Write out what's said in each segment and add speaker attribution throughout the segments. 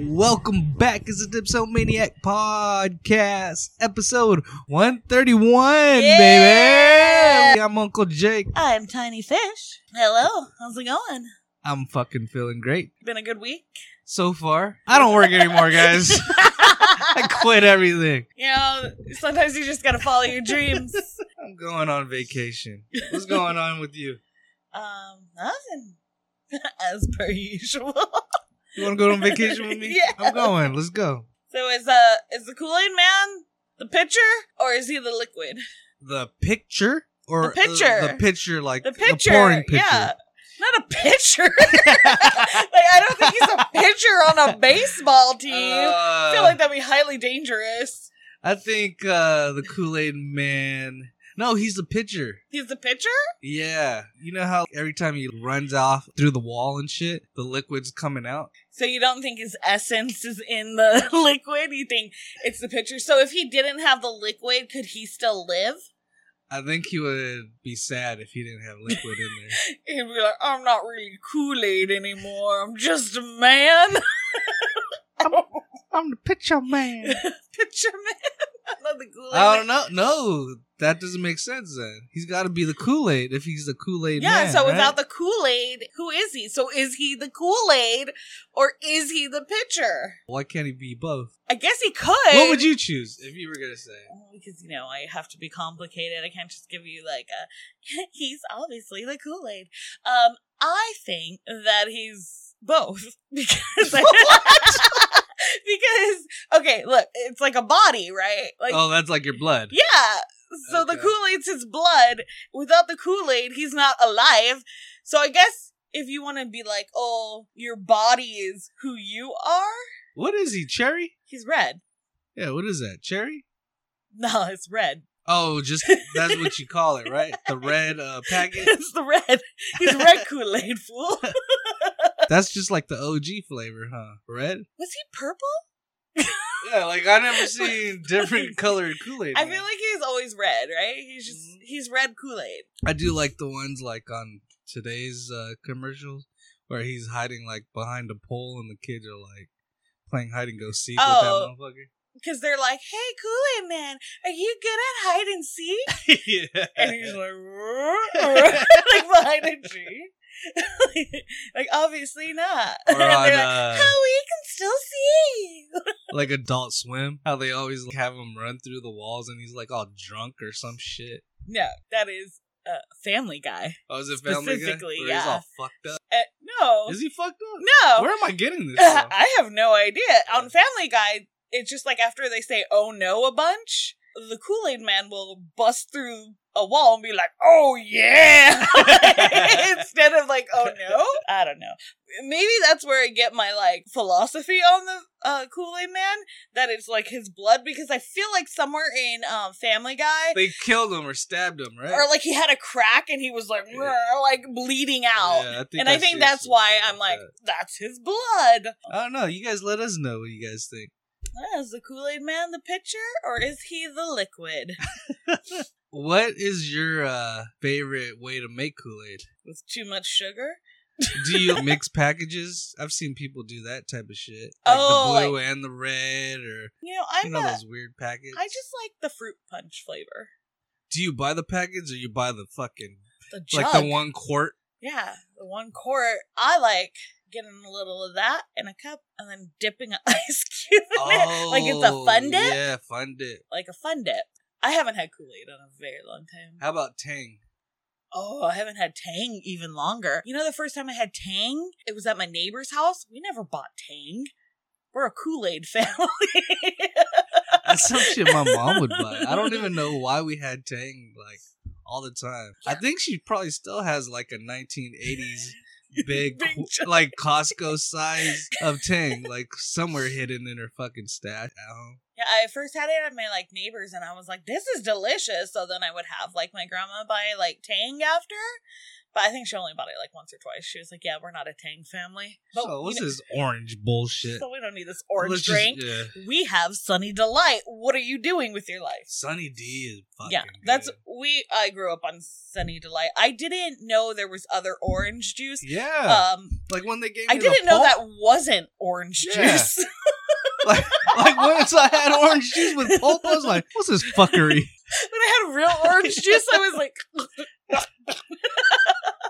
Speaker 1: Welcome back. It's the Dipsomaniac Podcast, episode 131,
Speaker 2: Yeah.
Speaker 1: baby. I'm Uncle Jake.
Speaker 2: I'm Tiny Fish. Hello, how's it going?
Speaker 1: I'm fucking feeling great
Speaker 2: Been a good week?
Speaker 1: so far. I don't work anymore, guys. I quit everything.
Speaker 2: you know, sometimes you just gotta follow your dreams.
Speaker 1: I'm going on vacation. What's going on with you?
Speaker 2: um, nothing. As per usual.
Speaker 1: You want to go on vacation with me?
Speaker 2: Yeah.
Speaker 1: I'm going. Let's go.
Speaker 2: So is uh is the Kool-Aid man the pitcher or is he the liquid?
Speaker 1: The picture or uh,
Speaker 2: The picture.
Speaker 1: the picture like
Speaker 2: The pitcher.
Speaker 1: pouring picture.
Speaker 2: Yeah. Not a pitcher. like I don't think he's a pitcher on a baseball team. I feel
Speaker 1: Uh,
Speaker 2: like that'd be highly dangerous.
Speaker 1: I think uh the Kool-Aid man. No, he's the pitcher.
Speaker 2: He's the pitcher?
Speaker 1: Yeah. You know how every time he runs off through the wall and shit, the liquid's coming out?
Speaker 2: So you don't think his essence is in the liquid? You think it's the pitcher? So if he didn't have the liquid, could he still live?
Speaker 1: I think he would be sad if he didn't have liquid in there.
Speaker 2: He'd be like, I'm not really Kool Aid anymore. I'm just a man.
Speaker 1: I'm the pitcher man.
Speaker 2: pitcher man. I'm not the Kool Aid.
Speaker 1: I don't know. No, that doesn't make sense then. He's got to be the Kool-Aid if he's the Kool-Aid
Speaker 2: Yeah,
Speaker 1: man.
Speaker 2: so without the Kool Aid, who is he? So is he the Kool Aid or is he the pitcher?
Speaker 1: Why can't he be both?
Speaker 2: I guess he could.
Speaker 1: What would you choose if you were going to say?
Speaker 2: because Oh, you know I have to be complicated. I can't just give you like a. he's obviously the Kool Aid. Um, I think that he's both because because okay, look, it's like a body, right? Like
Speaker 1: oh, that's like your blood.
Speaker 2: yeah. So the
Speaker 1: Okay.
Speaker 2: Kool Aid's his blood. Without the Kool Aid, he's not alive. So I guess if you want to be like, oh, your body is who you are.
Speaker 1: What is he, cherry?
Speaker 2: He's red.
Speaker 1: Yeah, what is that, cherry?
Speaker 2: No, it's red.
Speaker 1: Oh, just that's what you call it, right? The red uh, packet.
Speaker 2: it's the red. He's red Kool Aid fool.
Speaker 1: That's just like the OG flavor, huh? Red.
Speaker 2: Was he purple?
Speaker 1: Yeah, like I never seen different colored Kool Aid.
Speaker 2: I feel like he's always red, right? He's just
Speaker 1: Mhm.
Speaker 2: he's red Kool Aid.
Speaker 1: I do like the ones like on today's uh, commercials where he's hiding like behind a pole and the kids are like playing hide and go seek
Speaker 2: Oh.
Speaker 1: with
Speaker 2: Because they're like, "Hey, Kool Aid Man, are you good at hide and seek?"
Speaker 1: that motherfucker. yeah.
Speaker 2: And he's like, like behind a tree. like obviously not.
Speaker 1: Or
Speaker 2: and
Speaker 1: on
Speaker 2: they're like,
Speaker 1: uh,
Speaker 2: "How we can still see."
Speaker 1: like Adult Swim, how they always like, have him run through the walls and he's like all drunk or some shit.
Speaker 2: no, that is uh, Family Guy.
Speaker 1: Oh, is it Family Guy?
Speaker 2: Specifically,
Speaker 1: Where He's
Speaker 2: yeah.
Speaker 1: all fucked up.
Speaker 2: Uh, no,
Speaker 1: Is he fucked up?
Speaker 2: no.
Speaker 1: Where am I getting this from?
Speaker 2: I have no idea. On Family Guy, it's just like after they say "Oh no" a bunch, the Kool Aid Man will bust through a wall and be like, "Oh yeah," instead of like "Oh no." I don't know. Maybe that's where I get my like philosophy on the uh, Kool Aid Man that it's like his blood because I feel like somewhere in um, Family Guy.
Speaker 1: They killed him or stabbed him, right?
Speaker 2: or like he had a crack and he was like "Rrr," like bleeding out
Speaker 1: Yeah, think
Speaker 2: and i think
Speaker 1: see
Speaker 2: that's
Speaker 1: some
Speaker 2: why
Speaker 1: shit
Speaker 2: i'm like
Speaker 1: that.
Speaker 2: that's his blood
Speaker 1: I don't know. You guys let us know what you guys think.
Speaker 2: Uh, Is the Kool Aid Man the pitcher or is he the liquid?
Speaker 1: What is your uh, favorite way to make Kool Aid?
Speaker 2: With too much sugar?
Speaker 1: Do you mix packages? I've seen people do that type of shit. Like
Speaker 2: Oh,
Speaker 1: the blue and the red, or
Speaker 2: You know, I'm
Speaker 1: you know
Speaker 2: a-
Speaker 1: those weird packets.
Speaker 2: I just like the fruit punch flavor.
Speaker 1: do you buy the packets or you buy the fucking
Speaker 2: The jug.
Speaker 1: like the one quart?
Speaker 2: yeah, the one quart. I like getting a little of that in a cup and then dipping an ice cube in it. Like it's a
Speaker 1: Oh,
Speaker 2: fun dip?
Speaker 1: Yeah, fun dip.
Speaker 2: Like a fun dip. I haven't had Kool Aid in a very long time.
Speaker 1: How about Tang?
Speaker 2: Oh, I haven't had Tang even longer. You know, the first time I had Tang, it was at my neighbor's house. We never bought Tang. We're a Kool Aid family.
Speaker 1: That's some shit my mom would buy. I don't even know why we had Tang like all the time. I think she probably still has like a 1980s big,
Speaker 2: Big
Speaker 1: qu-
Speaker 2: jug.
Speaker 1: like Costco size of Tang, like somewhere hidden in her fucking stash at home.
Speaker 2: Yeah, I first had it at my like neighbors, and I was like, "This is delicious." So then I would have like my grandma buy like Tang after, But I think she only bought it like once or twice. She was like, "Yeah, we're not a Tang family." But,
Speaker 1: so
Speaker 2: you
Speaker 1: what's
Speaker 2: know,
Speaker 1: this orange bullshit?
Speaker 2: So we don't need this orange
Speaker 1: Let's just-
Speaker 2: drink.
Speaker 1: yeah.
Speaker 2: we have Sunny Delight. What are you doing with your life?
Speaker 1: Sunny D is fucking.
Speaker 2: yeah, that's
Speaker 1: good.
Speaker 2: we. I grew up on Sunny Delight. I didn't know there was other orange juice.
Speaker 1: yeah.
Speaker 2: Um,
Speaker 1: like when they gave
Speaker 2: I
Speaker 1: me
Speaker 2: didn't
Speaker 1: the
Speaker 2: know
Speaker 1: pulp,
Speaker 2: that wasn't orange
Speaker 1: Yeah.
Speaker 2: juice.
Speaker 1: Like once I had orange juice with pulp, I was like, "What's this fuckery?"
Speaker 2: when I had real orange juice, I was like,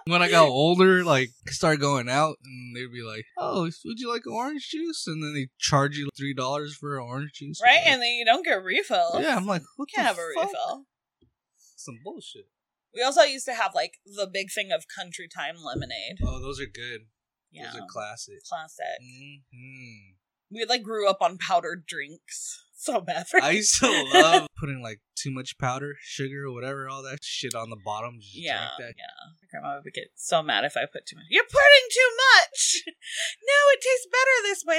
Speaker 1: when I got older, like started going out, and they'd be like, "Oh, would you like orange juice?" And then they charge you three dollars for orange juice,
Speaker 2: right, and then you don't get refills.
Speaker 1: yeah, I'm like, "What
Speaker 2: you can't
Speaker 1: the
Speaker 2: have a
Speaker 1: fuck?
Speaker 2: refill.
Speaker 1: Some bullshit.
Speaker 2: We also used to have like the big thing of country time lemonade.
Speaker 1: Oh, those are good.
Speaker 2: Yeah,
Speaker 1: Those are classics.
Speaker 2: classic.
Speaker 1: hmm
Speaker 2: We like grew up on powdered drinks. So bad for
Speaker 1: I used to love putting like too much powder, sugar, or whatever, all that shit on the bottom. Just
Speaker 2: Yeah,
Speaker 1: drink that.
Speaker 2: yeah. My grandma would get so mad if I put too much. You're putting too much. No, it tastes better this way.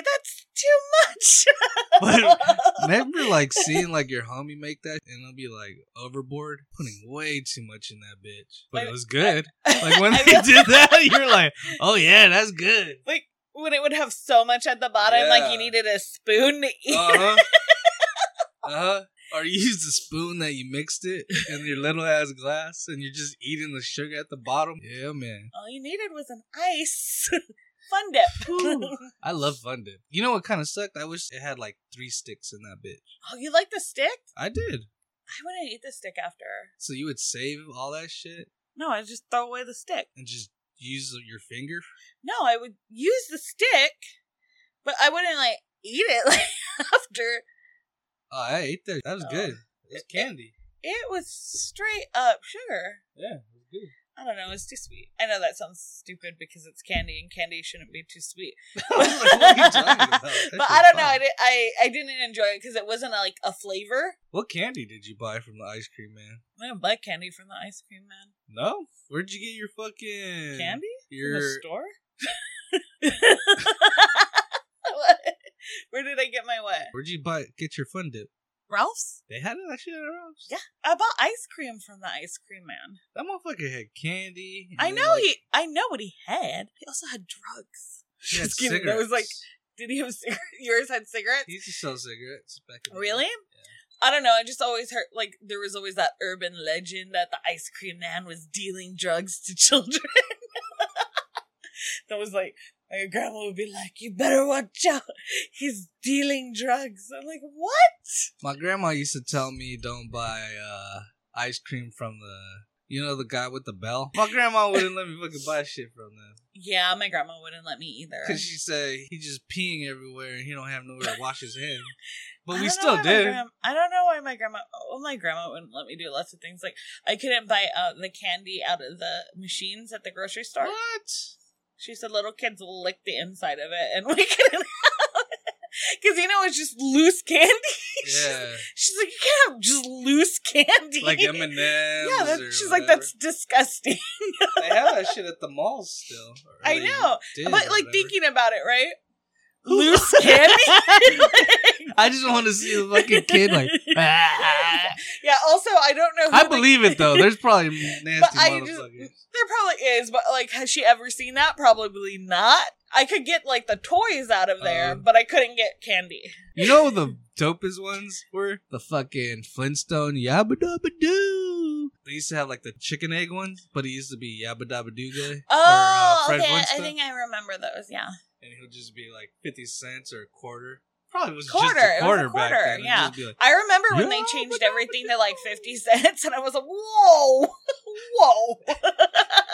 Speaker 2: That's too much.
Speaker 1: Remember, like seeing like your homie make that, and they'll be like overboard, putting way too much in that bitch. But it was good. Like when
Speaker 2: I
Speaker 1: they
Speaker 2: know.
Speaker 1: did that, you're like, "Oh yeah, that's good."
Speaker 2: like when it would have so much at the bottom, like
Speaker 1: Yeah.
Speaker 2: you needed a spoon to eat.
Speaker 1: Uh huh. Uh huh. Or you used the spoon that you mixed it in your little ass glass, and you're just eating the sugar at the bottom. Yeah, man.
Speaker 2: All you needed was an ice. Fun dip.
Speaker 1: Ooh. I love Fun Dip. You know what kind of sucked? I wish it had like three sticks in that bitch.
Speaker 2: oh, you like the stick?
Speaker 1: I did.
Speaker 2: I wouldn't eat the stick after.
Speaker 1: So you would save all that shit
Speaker 2: No, I just throw away the stick.
Speaker 1: and just use your finger.
Speaker 2: No, I would use the stick, but I wouldn't like eat it like after.
Speaker 1: Oh, I ate that. That was
Speaker 2: Oh.
Speaker 1: good. It was candy.
Speaker 2: It was straight up sugar.
Speaker 1: Yeah, it was good.
Speaker 2: I don't know, it's too sweet. I know that sounds stupid because it's candy and candy shouldn't be too sweet.
Speaker 1: I was like, what are you talking about? That
Speaker 2: but
Speaker 1: shit's
Speaker 2: I don't know. I,
Speaker 1: fine.
Speaker 2: did, I I didn't enjoy it because it wasn't like a flavor.
Speaker 1: What candy did you buy from the ice cream man?
Speaker 2: I didn't buy candy from the ice cream man.
Speaker 1: No? Where'd you get your fucking
Speaker 2: Candy from
Speaker 1: Your
Speaker 2: the store. What? Where did I get my what?
Speaker 1: Where'd you buy get your fun dip?
Speaker 2: Ralph's.
Speaker 1: They had it actually at Ralph's.
Speaker 2: Yeah. I bought ice cream from the ice cream man.
Speaker 1: That motherfucker had candy. and
Speaker 2: I
Speaker 1: then,
Speaker 2: know
Speaker 1: like,
Speaker 2: he. I know what he had. He also had drugs.
Speaker 1: he had
Speaker 2: Just kidding, that was
Speaker 1: cigarettes.
Speaker 2: like- Did he have cigarettes? Yours had cigarettes.
Speaker 1: he used to sell cigarettes back in the
Speaker 2: Really?
Speaker 1: day.
Speaker 2: I don't know. I just always heard like there was always that urban legend that the ice cream man was dealing drugs to children. that was like my grandma would be like, "You better watch out. He's dealing drugs." I'm like, "What?"
Speaker 1: My grandma used to tell me don't buy uh, ice cream from the you know the guy with the bell. My grandma wouldn't let me fucking buy shit from them
Speaker 2: Yeah, my grandma wouldn't let me either.
Speaker 1: because she said he just peeing everywhere and he don't have nowhere to wash his hands.
Speaker 2: I
Speaker 1: But we
Speaker 2: don't know
Speaker 1: still
Speaker 2: why my
Speaker 1: did.
Speaker 2: gram- I don't know why my grandma. Oh, my grandma wouldn't let me do lots of things. Like I couldn't buy uh, the candy out of the machines at the grocery store.
Speaker 1: What?
Speaker 2: She said little kids will lick the inside of it, and we couldn't have it because you know it's just loose candy.
Speaker 1: Yeah,
Speaker 2: She's like, you can't have just loose candy.
Speaker 1: like M and M's.
Speaker 2: yeah, that, she's like, that's disgusting.
Speaker 1: they have that shit at the malls still. or
Speaker 2: I
Speaker 1: they
Speaker 2: know,
Speaker 1: did
Speaker 2: but
Speaker 1: or
Speaker 2: like
Speaker 1: whatever.
Speaker 2: thinking about it, right?
Speaker 1: Who-
Speaker 2: Loose candy. Like-
Speaker 1: I just want to see the fucking kid like. "Ah."
Speaker 2: yeah. Also, I don't know. Who,
Speaker 1: I
Speaker 2: the-
Speaker 1: believe it though. There's probably nasty
Speaker 2: But I just-
Speaker 1: motherfuckers.
Speaker 2: there probably is, but like, has she ever seen that? Probably not. I could get like the toys out of there,
Speaker 1: Uh.
Speaker 2: but I couldn't get candy.
Speaker 1: You know the dopest ones were the fucking Flintstone Yabba Dabba Doo. They used to have like the chicken egg ones, but he used to be Yabba Dabba Doo guy. uh,
Speaker 2: Oh,
Speaker 1: Fred
Speaker 2: okay. I
Speaker 1: Flintstone.
Speaker 2: think I remember those. Yeah.
Speaker 1: and he'll just be like fifty cents or a quarter. Probably was
Speaker 2: Quarter,
Speaker 1: just
Speaker 2: it was
Speaker 1: a
Speaker 2: a
Speaker 1: quarter, back
Speaker 2: quarter,
Speaker 1: then. It'd
Speaker 2: yeah.
Speaker 1: just be like,
Speaker 2: I remember when
Speaker 1: Yeah,
Speaker 2: they
Speaker 1: but
Speaker 2: changed
Speaker 1: that
Speaker 2: everything to like 50 cents, and I was like, whoa, whoa.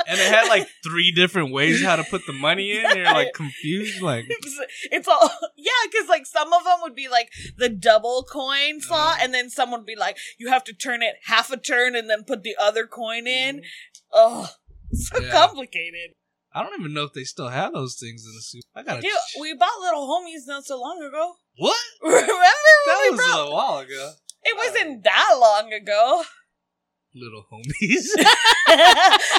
Speaker 1: and it had like three different ways how to put the money in. You're like confused, like
Speaker 2: It's, it's all, yeah, because like some of them would be like the double coin
Speaker 1: Uh-huh.
Speaker 2: slot, and then some would be like, you have to turn it half a turn and then put the other coin in. Oh, so
Speaker 1: Mm-hmm. Yeah.
Speaker 2: complicated.
Speaker 1: I don't even know if they still have those things in the soup. I gotta
Speaker 2: Dude,
Speaker 1: ch-
Speaker 2: we bought little homies not so long ago.
Speaker 1: what?
Speaker 2: Remember when
Speaker 1: That
Speaker 2: we
Speaker 1: was
Speaker 2: brought?
Speaker 1: a while ago.
Speaker 2: it wasn't that long ago.
Speaker 1: Little homies.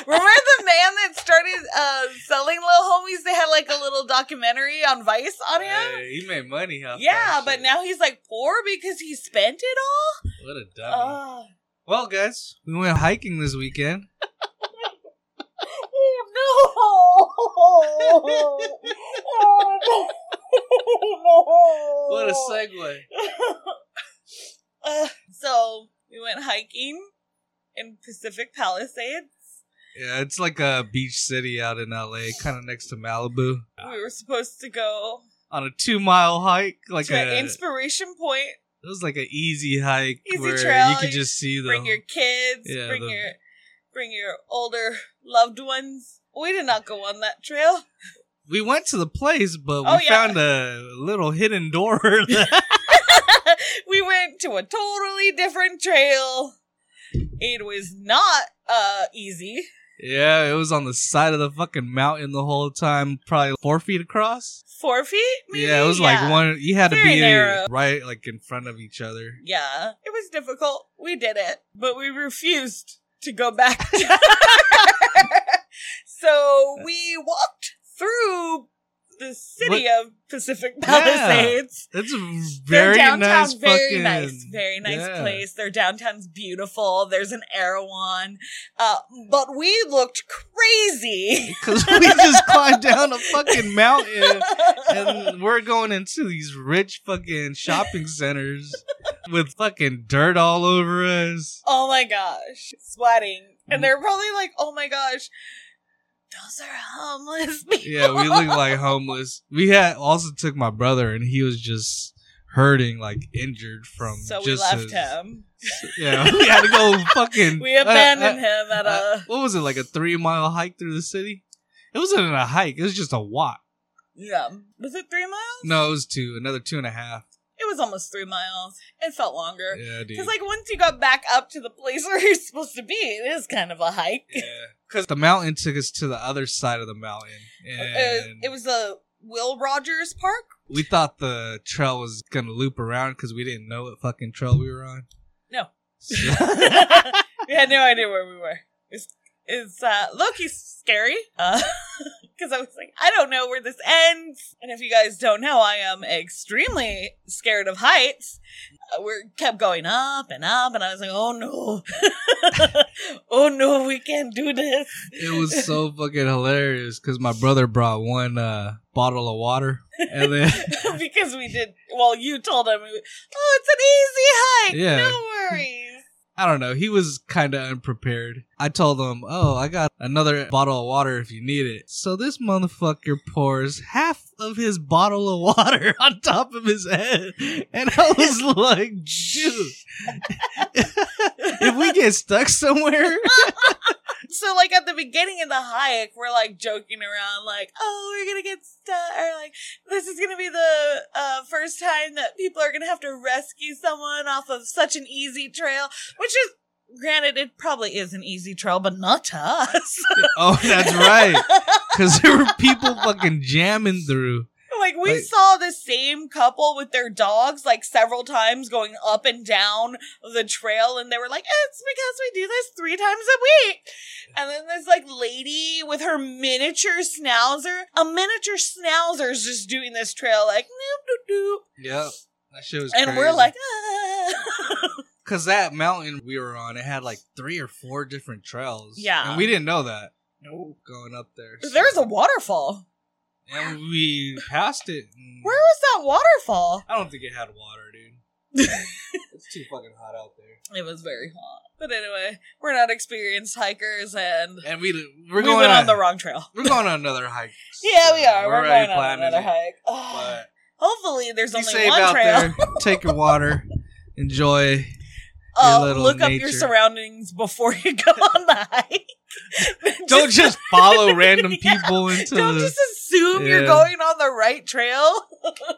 Speaker 2: Remember the man that started uh, selling little homies? They had like a little documentary on Vice on him.
Speaker 1: Hey, he made money off
Speaker 2: yeah,
Speaker 1: that
Speaker 2: but
Speaker 1: shit.
Speaker 2: now he's like poor because he spent it all.
Speaker 1: what a dummy.
Speaker 2: Oh,
Speaker 1: well, guys, we went hiking this weekend.
Speaker 2: Oh,
Speaker 1: What a
Speaker 2: Oh.
Speaker 1: segue.
Speaker 2: Uh, so we went hiking in Pacific Palisades.
Speaker 1: Yeah, it's like a beach city out in LA, kind of next to Malibu.
Speaker 2: We were supposed to go
Speaker 1: On a two mile hike, like
Speaker 2: to
Speaker 1: a
Speaker 2: an inspiration point.
Speaker 1: it was like an easy hike
Speaker 2: Easy
Speaker 1: where
Speaker 2: trail,
Speaker 1: you could
Speaker 2: you
Speaker 1: just see the
Speaker 2: Bring your kids.
Speaker 1: Yeah,
Speaker 2: bring
Speaker 1: the-
Speaker 2: your bring your older loved ones. We did not go on that trail.
Speaker 1: we went to the place, but we
Speaker 2: Oh, yeah.
Speaker 1: found a little hidden door. that-
Speaker 2: we went to a totally different trail. It was not uh easy.
Speaker 1: yeah, it was on the side of the fucking mountain the whole time, probably four feet across.
Speaker 2: Four feet? Maybe?
Speaker 1: Yeah, it was like one. You had to
Speaker 2: Very
Speaker 1: be
Speaker 2: narrow.
Speaker 1: right, like in front of each other.
Speaker 2: Yeah, it was difficult. We did it, but we refused to go back. so we walked through the city of Pacific Palisades.
Speaker 1: It's a
Speaker 2: Their
Speaker 1: very
Speaker 2: downtown,
Speaker 1: nice,
Speaker 2: very
Speaker 1: fucking,
Speaker 2: nice, very nice
Speaker 1: yeah.
Speaker 2: place. Their downtown's beautiful. There's an Erewhon, uh, but we looked crazy.
Speaker 1: Cause we just climbed down a fucking mountain and we're going into these rich fucking shopping centers with fucking dirt all over us.
Speaker 2: Oh my gosh, sweating. And they're probably like, oh my gosh, those are homeless people.
Speaker 1: Yeah, we looked like homeless. We had also took my brother and he was just hurting, like injured from.
Speaker 2: So we
Speaker 1: just
Speaker 2: left
Speaker 1: his-
Speaker 2: him.
Speaker 1: Yeah, we had to go fucking.
Speaker 2: We abandoned
Speaker 1: uh,
Speaker 2: him at
Speaker 1: uh,
Speaker 2: a.
Speaker 1: What was it like a three mile hike through the city? It wasn't a hike. It was just a walk.
Speaker 2: Yeah. Was it three miles?
Speaker 1: No, it was two, another two and a half.
Speaker 2: It was almost three miles. It felt longer.
Speaker 1: Yeah, dude.
Speaker 2: Because, like, once you got back up to the place where you're supposed to be, it is kind of a hike.
Speaker 1: Because the mountain took us to the other side of the mountain,
Speaker 2: It,
Speaker 1: and
Speaker 2: Uh, it was a Will Rogers Park.
Speaker 1: we thought the trail was gonna loop around because we didn't know what fucking trail we were on.
Speaker 2: No.
Speaker 1: So-
Speaker 2: we had no idea where we were. It's it's uh, Loki scary because I was like, I don't know where this ends. And if you guys don't know, I am extremely scared of heights. Uh, we kept going up and up, and I was like, oh no, oh no, we can't do this.
Speaker 1: it was so fucking hilarious because my brother brought one uh, bottle of water, and then
Speaker 2: because we did. Well, you told him, oh, it's an easy hike.
Speaker 1: Yeah.
Speaker 2: No worries.
Speaker 1: I don't know, he was kind of unprepared. I told him, "Oh, I got another bottle of water if you need it." So this motherfucker pours half of his bottle of water on top of his head, and I was like, "Dude." if we get stuck somewhere,
Speaker 2: So like at the beginning of the hike, we're like joking around, like, "Oh, we're gonna get stuck," or like, "This is gonna be the uh, first time that people are gonna have to rescue someone off of such an easy trail," which is. Granted, it probably is an easy trail, but not to us.
Speaker 1: oh, that's right, because there were people fucking jamming through.
Speaker 2: like we
Speaker 1: Like-
Speaker 2: saw the same couple with their dogs like several times going up and down the trail and they were like it's because we do this three times a week and then this like lady with her miniature schnauzer a miniature schnauzer is just doing this trail like noop, doop, doop.
Speaker 1: Yep, that shit was.
Speaker 2: and we're
Speaker 1: crazy.
Speaker 2: like ah.
Speaker 1: Cause that mountain we were on, it had like three or four different trails.
Speaker 2: Yeah.
Speaker 1: and we didn't know that. No, going up there. so-
Speaker 2: there's a waterfall
Speaker 1: and we passed it. and-
Speaker 2: where was that waterfall
Speaker 1: I don't think it had water, dude. it's too fucking hot out there.
Speaker 2: it was very hot but anyway we're not experienced hikers and
Speaker 1: And we we're
Speaker 2: we
Speaker 1: going
Speaker 2: went
Speaker 1: on,
Speaker 2: on the wrong trail
Speaker 1: we're going on another hike.
Speaker 2: Yeah,
Speaker 1: so
Speaker 2: we are. We're,
Speaker 1: already
Speaker 2: going on
Speaker 1: planning
Speaker 2: another
Speaker 1: it,
Speaker 2: hike. Ugh.
Speaker 1: But
Speaker 2: Hopefully, there's
Speaker 1: be
Speaker 2: only
Speaker 1: safe
Speaker 2: one
Speaker 1: out
Speaker 2: trail.
Speaker 1: there. Take your water. Enjoy.
Speaker 2: Uh,
Speaker 1: little
Speaker 2: look up your
Speaker 1: nature.
Speaker 2: surroundings before you go on the hike.
Speaker 1: Don't just follow random people into
Speaker 2: Don't
Speaker 1: the,
Speaker 2: just assume you're
Speaker 1: Yeah.
Speaker 2: going on the right trail.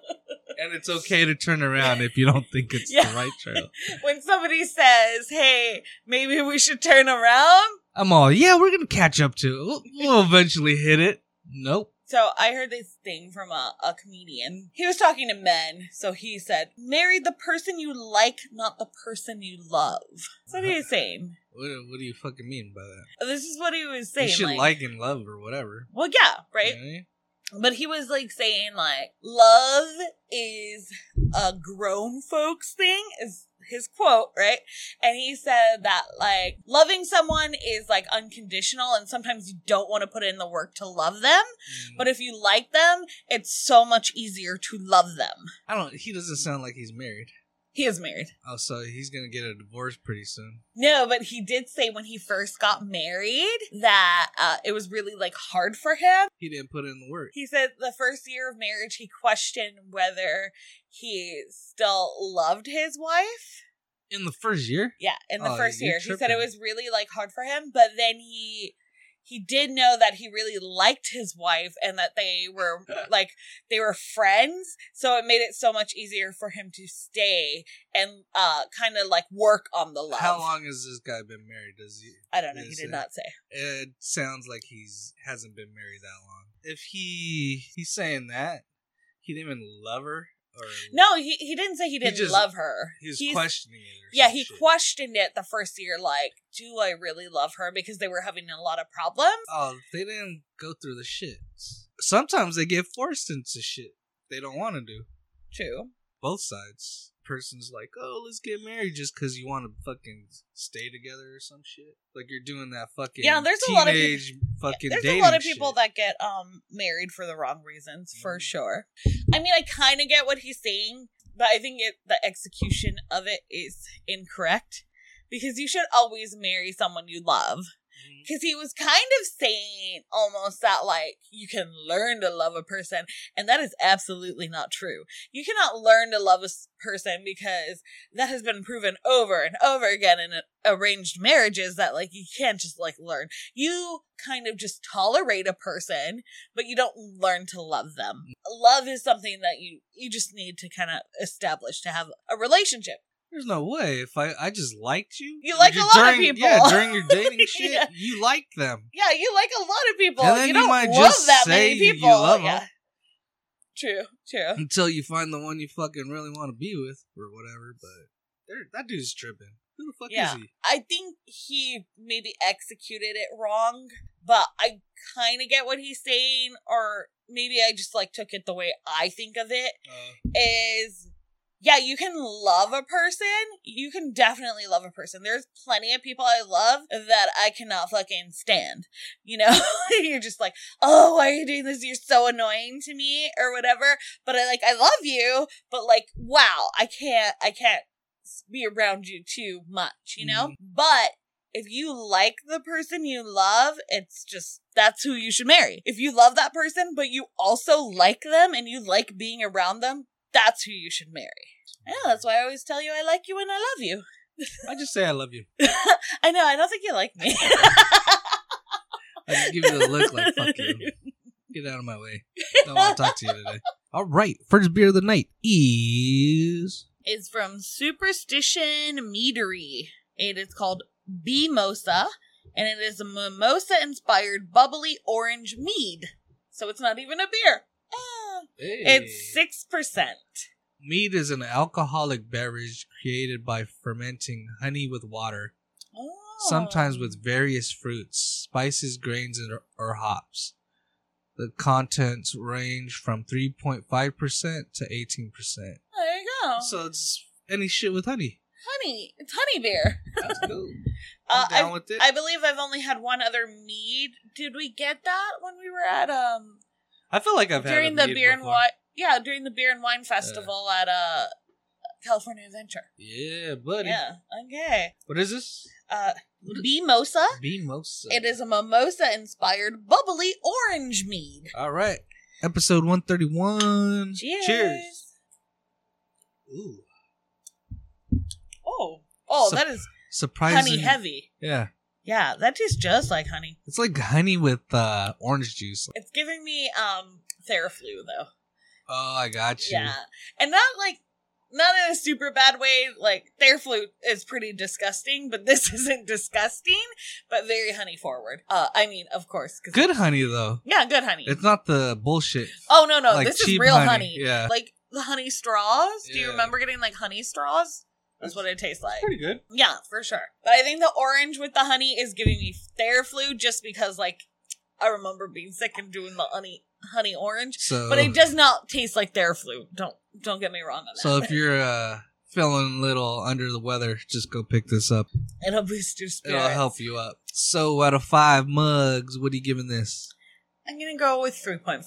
Speaker 1: and it's okay to turn around if you don't think it's
Speaker 2: Yeah.
Speaker 1: the right trail.
Speaker 2: when somebody says, "Hey, maybe we should turn around,"
Speaker 1: I'm all, yeah, we're gonna catch up to it. We'll, we'll eventually hit it. Nope.
Speaker 2: So I heard this thing from a, a comedian. He was talking to men. So he said, marry the person you like, not the person you love. So what are you saying?
Speaker 1: What, what do you fucking mean by that?
Speaker 2: This is what he was saying.
Speaker 1: you should like, and love or whatever.
Speaker 2: Well, yeah, right?
Speaker 1: You know?
Speaker 2: But he was like saying like love is a grown folks thing is his quote, right? And he said that like loving someone is like unconditional and sometimes you don't want to put in the work to love them,
Speaker 1: But
Speaker 2: but if you like them, it's so much easier to love them.
Speaker 1: I don't. He doesn't sound like he's married.
Speaker 2: He is married.
Speaker 1: Oh, so he's gonna get a divorce pretty soon.
Speaker 2: No, but he did say when he first got married that uh, it was really like hard for him
Speaker 1: He didn't put in the work.
Speaker 2: He said the first year of marriage, he questioned whether he still loved his wife.
Speaker 1: In the first year,
Speaker 2: Yeah, in the
Speaker 1: Oh,
Speaker 2: first
Speaker 1: you're
Speaker 2: year, he said it
Speaker 1: tripping.
Speaker 2: was really like hard for him, but then he he did know that he really liked his wife and that they were like they were friends, so it made it so much easier for him to stay and uh kind of like work on the love.
Speaker 1: how long has this guy been married? Does he?
Speaker 2: I don't know. He
Speaker 1: is
Speaker 2: did
Speaker 1: it?
Speaker 2: not say.
Speaker 1: It sounds like he's hasn't been married that long. If he he's saying that he didn't even love her, or
Speaker 2: No, he, he didn't say he didn't
Speaker 1: just-
Speaker 2: love her.
Speaker 1: he's,
Speaker 2: He
Speaker 1: questioning it. Or
Speaker 2: yeah,
Speaker 1: some
Speaker 2: he
Speaker 1: shit.
Speaker 2: questioned it the first year, like, do I really love her? Because they were having a lot of problems.
Speaker 1: Oh, they didn't go through the shit. Sometimes they get forced into shit they don't want to do.
Speaker 2: True.
Speaker 1: Both sides. Person's like, oh, let's get married just because you want to fucking stay together or some shit. Like you're doing that fucking
Speaker 2: Yeah, there's a
Speaker 1: teenage
Speaker 2: lot of peop-
Speaker 1: fucking
Speaker 2: There's a
Speaker 1: dating
Speaker 2: lot of people
Speaker 1: shit.
Speaker 2: that get um married for the wrong reasons, for
Speaker 1: Mhm.
Speaker 2: sure. I mean, I kind of get what he's saying, but I think it, the execution of it is incorrect because you should always marry someone you love.
Speaker 1: Mhm.
Speaker 2: Because he was kind of saying almost that, like, you can learn to love a person. And that is absolutely not true. You cannot learn to love a s- person because that has been proven over and over again in uh, arranged marriages that, like, you can't just, like, learn. You kind of just tolerate a person, but you don't learn to love them. Love is something that you, you just need to kind of establish to have a relationship.
Speaker 1: There's no way. If I, I just liked you,
Speaker 2: You like a lot of
Speaker 1: during,
Speaker 2: people.
Speaker 1: Yeah, during your dating shit,
Speaker 2: Yeah.
Speaker 1: you liked them.
Speaker 2: Yeah, you like a lot of people.
Speaker 1: And then you
Speaker 2: you don't
Speaker 1: might
Speaker 2: love
Speaker 1: just
Speaker 2: that
Speaker 1: say
Speaker 2: many
Speaker 1: you
Speaker 2: people.
Speaker 1: love 'em.
Speaker 2: yeah. True, true.
Speaker 1: Until you find the one you fucking really want to be with or whatever. But there- that dude's tripping. Who the fuck
Speaker 2: Yeah.
Speaker 1: is he?
Speaker 2: I think he maybe executed it wrong, but I kind of get what he's saying, or maybe I just like took it the way I think of it.
Speaker 1: Uh,
Speaker 2: Is yeah, you can love a person. You can definitely love a person. There's plenty of people I love that I cannot fucking stand. You know, you're just like, oh, why are you doing this? You're so annoying to me, or whatever. But I like, I love you, but like, wow, I can't, I can't be around you too much, you know? But if you like the person you love, it's just that's who you should marry. If you love that person, but you also like them and you like being around them, that's who you should marry. I know, that's why I always tell you I like you and I love you.
Speaker 1: I just say I love you.
Speaker 2: I know, I don't think you like me.
Speaker 1: I just give you a look like fuck you. Get out of my way. Don't want to talk to you today. All right, first beer of the night is
Speaker 2: It's from Superstition Meadery. It is called Mimosa, and it is a mimosa inspired bubbly orange mead. So it's not even a beer. Ah. It's six percent.
Speaker 1: mead is an alcoholic beverage created by fermenting honey with water,
Speaker 2: Oh.
Speaker 1: sometimes with various fruits, spices, grains, and or hops. The contents range from 3.5% to 18%.
Speaker 2: There you go.
Speaker 1: So it's any shit with honey.
Speaker 2: honey, it's honey beer.
Speaker 1: That's cool.
Speaker 2: Uh,
Speaker 1: I'm down
Speaker 2: I,
Speaker 1: with it.
Speaker 2: I believe I've only had one other mead. Did we get that when we were at um
Speaker 1: I feel like I've had
Speaker 2: during
Speaker 1: a
Speaker 2: the
Speaker 1: mead
Speaker 2: beer and
Speaker 1: before.
Speaker 2: wine? Yeah, during the beer and wine festival at uh California Adventure.
Speaker 1: Yeah, buddy.
Speaker 2: Yeah. Okay.
Speaker 1: What is this?
Speaker 2: Uh, mimosa.
Speaker 1: Mimosa.
Speaker 2: It is a mimosa inspired bubbly orange mead.
Speaker 1: All right. Episode 131.
Speaker 2: Cheers.
Speaker 1: Ooh.
Speaker 2: Oh. Oh,
Speaker 1: Sup-
Speaker 2: that is
Speaker 1: Surprising.
Speaker 2: honey heavy.
Speaker 1: Yeah.
Speaker 2: Yeah, that tastes just like honey.
Speaker 1: It's like honey with uh, orange juice.
Speaker 2: It's giving me um Theraflu though.
Speaker 1: Oh, I got you.
Speaker 2: Yeah. And not like not in a super bad way. Like Theraflu is pretty disgusting, but this isn't disgusting, but very honey forward. Uh I mean, of course. 'cause-
Speaker 1: Good honey, though.
Speaker 2: Yeah, good honey.
Speaker 1: It's not the bullshit.
Speaker 2: oh no, no.
Speaker 1: like
Speaker 2: this is
Speaker 1: cheap
Speaker 2: real honey.
Speaker 1: honey, yeah.
Speaker 2: Like the honey straws. Do you
Speaker 1: Yeah.
Speaker 2: remember getting like honey straws? That's what it tastes like.
Speaker 1: good.
Speaker 2: Yeah, for sure. But I think the orange with the honey is giving me Theraflu just because like I remember being sick and doing the honey honey orange.
Speaker 1: So,
Speaker 2: But it does not taste like Theraflu. Don't don't get me wrong on that.
Speaker 1: so if you're a feeling a little under the weather, just go pick this up.
Speaker 2: It'll boost your spirit.
Speaker 1: It'll help you up. So out of five mugs, what are you giving this?
Speaker 2: I'm gonna go with 3.5.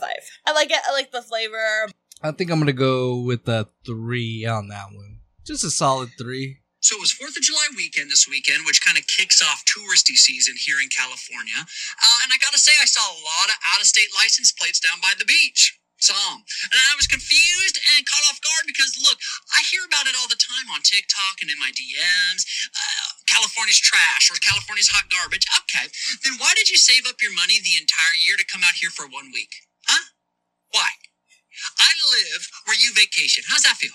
Speaker 2: I like it. I like the flavor.
Speaker 1: I think I'm gonna go with a three on that one. Just a solid three.
Speaker 3: So it was 4th of July weekend this weekend, which kind of kicks off touristy season here in California. Uh, and I got to say, I saw a lot of out of state license plates down by the beach. Some. And I was confused and caught off guard because, look, I hear about it all the time on TikTok and in my DMs. Uh, California's trash or California's hot garbage. Okay. Then why did you save up your money the entire year to come out here for one week? Huh? Why? I live where you vacation. How's that feel?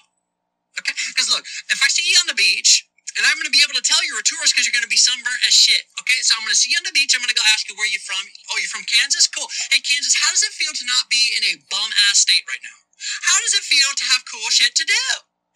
Speaker 3: Okay? Because look, if I see you on the beach, and I'm going to be able to tell you're a tourist because you're going to be sunburned as shit. Okay? So I'm going to see you on the beach. I'm going to go ask you where you're from. Oh, you're from Kansas? Cool. Hey, Kansas, how does it feel to not be in a bum ass state right now? How does it feel to have cool shit to do?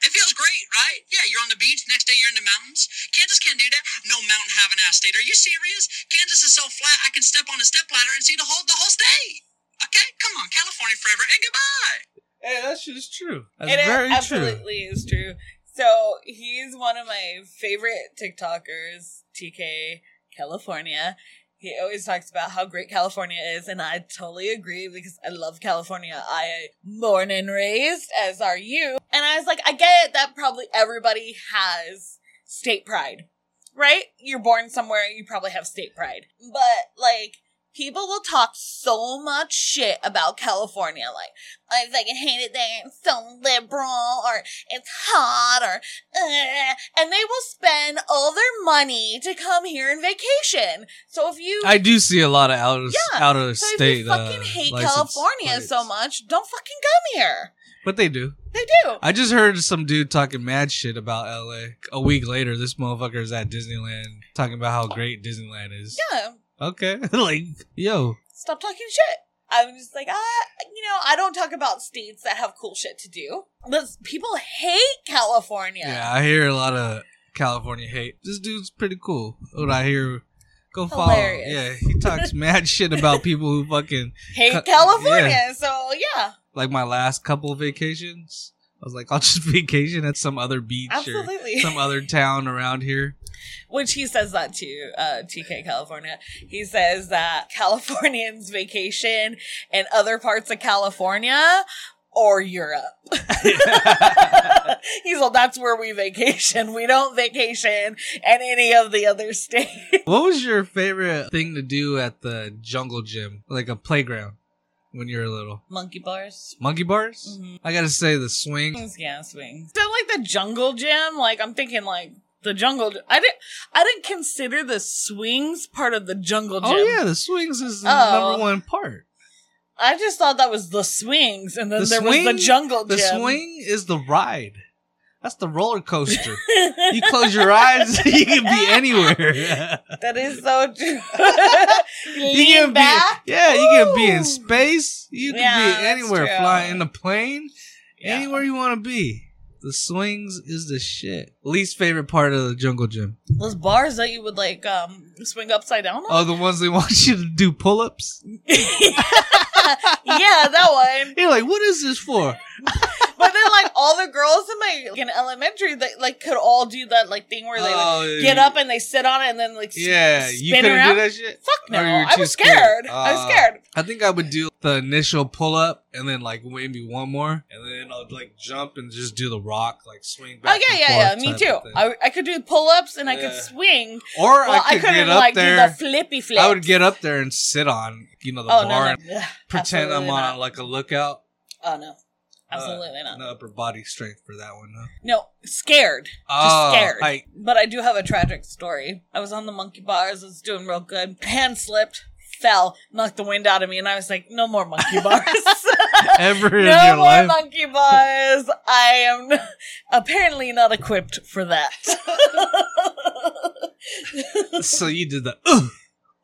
Speaker 3: It feels great, right? Yeah, you're on the beach. Next day, you're in the mountains. Kansas can't do that. No mountain have an ass state. Are you serious? Kansas is so flat, I can step on a step ladder and see the whole the whole state. Okay, come on, California forever and goodbye.
Speaker 1: Hey, that shit is true. That's
Speaker 2: it
Speaker 1: very true.
Speaker 2: absolutely is true. So he's one of my favorite TikTokers, TK California. He always talks about how great California is, and I totally agree because I love California. I born and raised, as are you. And I was like, I get it that probably everybody has state pride, right? You're born somewhere, you probably have state pride. But like, people will talk so much shit about California, like. I fucking hate it there. It's so liberal, or it's hot, or "Ugh," and they will spend all their money to come here and vacation. So if you
Speaker 1: I do see a lot of out of
Speaker 2: Yeah,
Speaker 1: out of
Speaker 2: so
Speaker 1: state.
Speaker 2: if you fucking
Speaker 1: uh,
Speaker 2: hate
Speaker 1: license
Speaker 2: California
Speaker 1: plates.
Speaker 2: so much, don't fucking come here.
Speaker 1: but they do.
Speaker 2: They do.
Speaker 1: I just heard some dude talking mad shit about L.A. A week later, this motherfucker is at Disneyland talking about how great Disneyland is.
Speaker 2: yeah,
Speaker 1: Okay, like yo,
Speaker 2: stop talking shit. I'm just like, ah, you know, I don't talk about states that have cool shit to do. But people hate California.
Speaker 1: yeah, I hear a lot of California hate. This dude's pretty cool. What I hear, go follow. him.
Speaker 2: Hilarious.
Speaker 1: Yeah, he talks mad shit about people who fucking
Speaker 2: Hate
Speaker 1: Ca-
Speaker 2: California. So yeah,
Speaker 1: like my last couple vacations. I was like, I'll just vacation at some other beach or
Speaker 2: absolutely.
Speaker 1: some other town around here.
Speaker 2: Which he says that to uh, TK California. He says that Californians vacation in other parts of California or Europe. He's like, that's where we vacation. We don't vacation at any of the other states.
Speaker 1: What was your favorite thing to do at the jungle gym, like a playground, when you were little?
Speaker 2: Monkey bars.
Speaker 1: Monkey bars?
Speaker 2: Mhm.
Speaker 1: I gotta say the swing.
Speaker 2: Yeah, swings. So like the jungle gym, like I'm thinking like the jungle. I didn't. I didn't consider the swings part of the jungle gym.
Speaker 1: Oh yeah, the swings is the
Speaker 2: Oh.
Speaker 1: number one part.
Speaker 2: I just thought that was the swings, and then
Speaker 1: The
Speaker 2: there was
Speaker 1: swing-
Speaker 2: the jungle
Speaker 1: The
Speaker 2: gym.
Speaker 1: swing is the ride. That's the roller coaster. you close your eyes, you can be anywhere.
Speaker 2: That is so true.
Speaker 1: you
Speaker 2: Lean
Speaker 1: can
Speaker 2: back.
Speaker 1: be yeah, you can be in
Speaker 2: Woo!
Speaker 1: space. You can
Speaker 2: Yeah,
Speaker 1: be
Speaker 2: that's
Speaker 1: anywhere,
Speaker 2: true.
Speaker 1: flying in a plane,
Speaker 2: Yeah.
Speaker 1: anywhere you want to be. The swings is the shit. Least favorite part of the jungle gym.
Speaker 2: Those bars that you would like um swing upside down
Speaker 1: Oh,
Speaker 2: on.
Speaker 1: the ones they want you to do pull-ups.
Speaker 2: yeah, that one.
Speaker 1: You're like, what is this for?
Speaker 2: But then like all the girls in my like, in elementary that like could all do that like thing where they like,
Speaker 1: Oh,
Speaker 2: get up and they sit on it and then like s-
Speaker 1: Yeah, you
Speaker 2: spin
Speaker 1: couldn't
Speaker 2: around.
Speaker 1: do that shit.
Speaker 2: Fuck no!
Speaker 1: Or you were
Speaker 2: I
Speaker 1: too
Speaker 2: was scared.
Speaker 1: scared.
Speaker 2: I was
Speaker 1: Uh,
Speaker 2: scared.
Speaker 1: I think I would do the initial pull-up and then like maybe one more, and then I'd like jump and just do the rock, like swing
Speaker 2: Oh
Speaker 1: back.
Speaker 2: yeah,
Speaker 1: and
Speaker 2: yeah, yeah.
Speaker 1: forth
Speaker 2: Me
Speaker 1: type
Speaker 2: too.
Speaker 1: of thing.
Speaker 2: I, I could do pull ups and I could
Speaker 1: Yeah.
Speaker 2: swing.
Speaker 1: or
Speaker 2: Well,
Speaker 1: I could
Speaker 2: couldn't
Speaker 1: get up
Speaker 2: like
Speaker 1: there.
Speaker 2: do the flippy flip.
Speaker 1: I would get up there and sit on, you know, the
Speaker 2: oh, no,
Speaker 1: bar
Speaker 2: no.
Speaker 1: and
Speaker 2: Ugh,
Speaker 1: pretend I'm
Speaker 2: absolutely
Speaker 1: on
Speaker 2: not.
Speaker 1: like a lookout.
Speaker 2: Oh no,
Speaker 1: Uh,
Speaker 2: absolutely not.
Speaker 1: No upper body strength for that one. Huh?
Speaker 2: No, scared. Just
Speaker 1: Oh,
Speaker 2: scared.
Speaker 1: I,
Speaker 2: But I do have a tragic story. I was on the monkey bars, I was doing real good. Hand slipped, fell, knocked the wind out of me, and I was like, no more monkey bars.
Speaker 1: ever in
Speaker 2: no
Speaker 1: your
Speaker 2: more
Speaker 1: life,
Speaker 2: monkey bars. I am apparently not equipped for that.
Speaker 1: so you did the. "Ugh,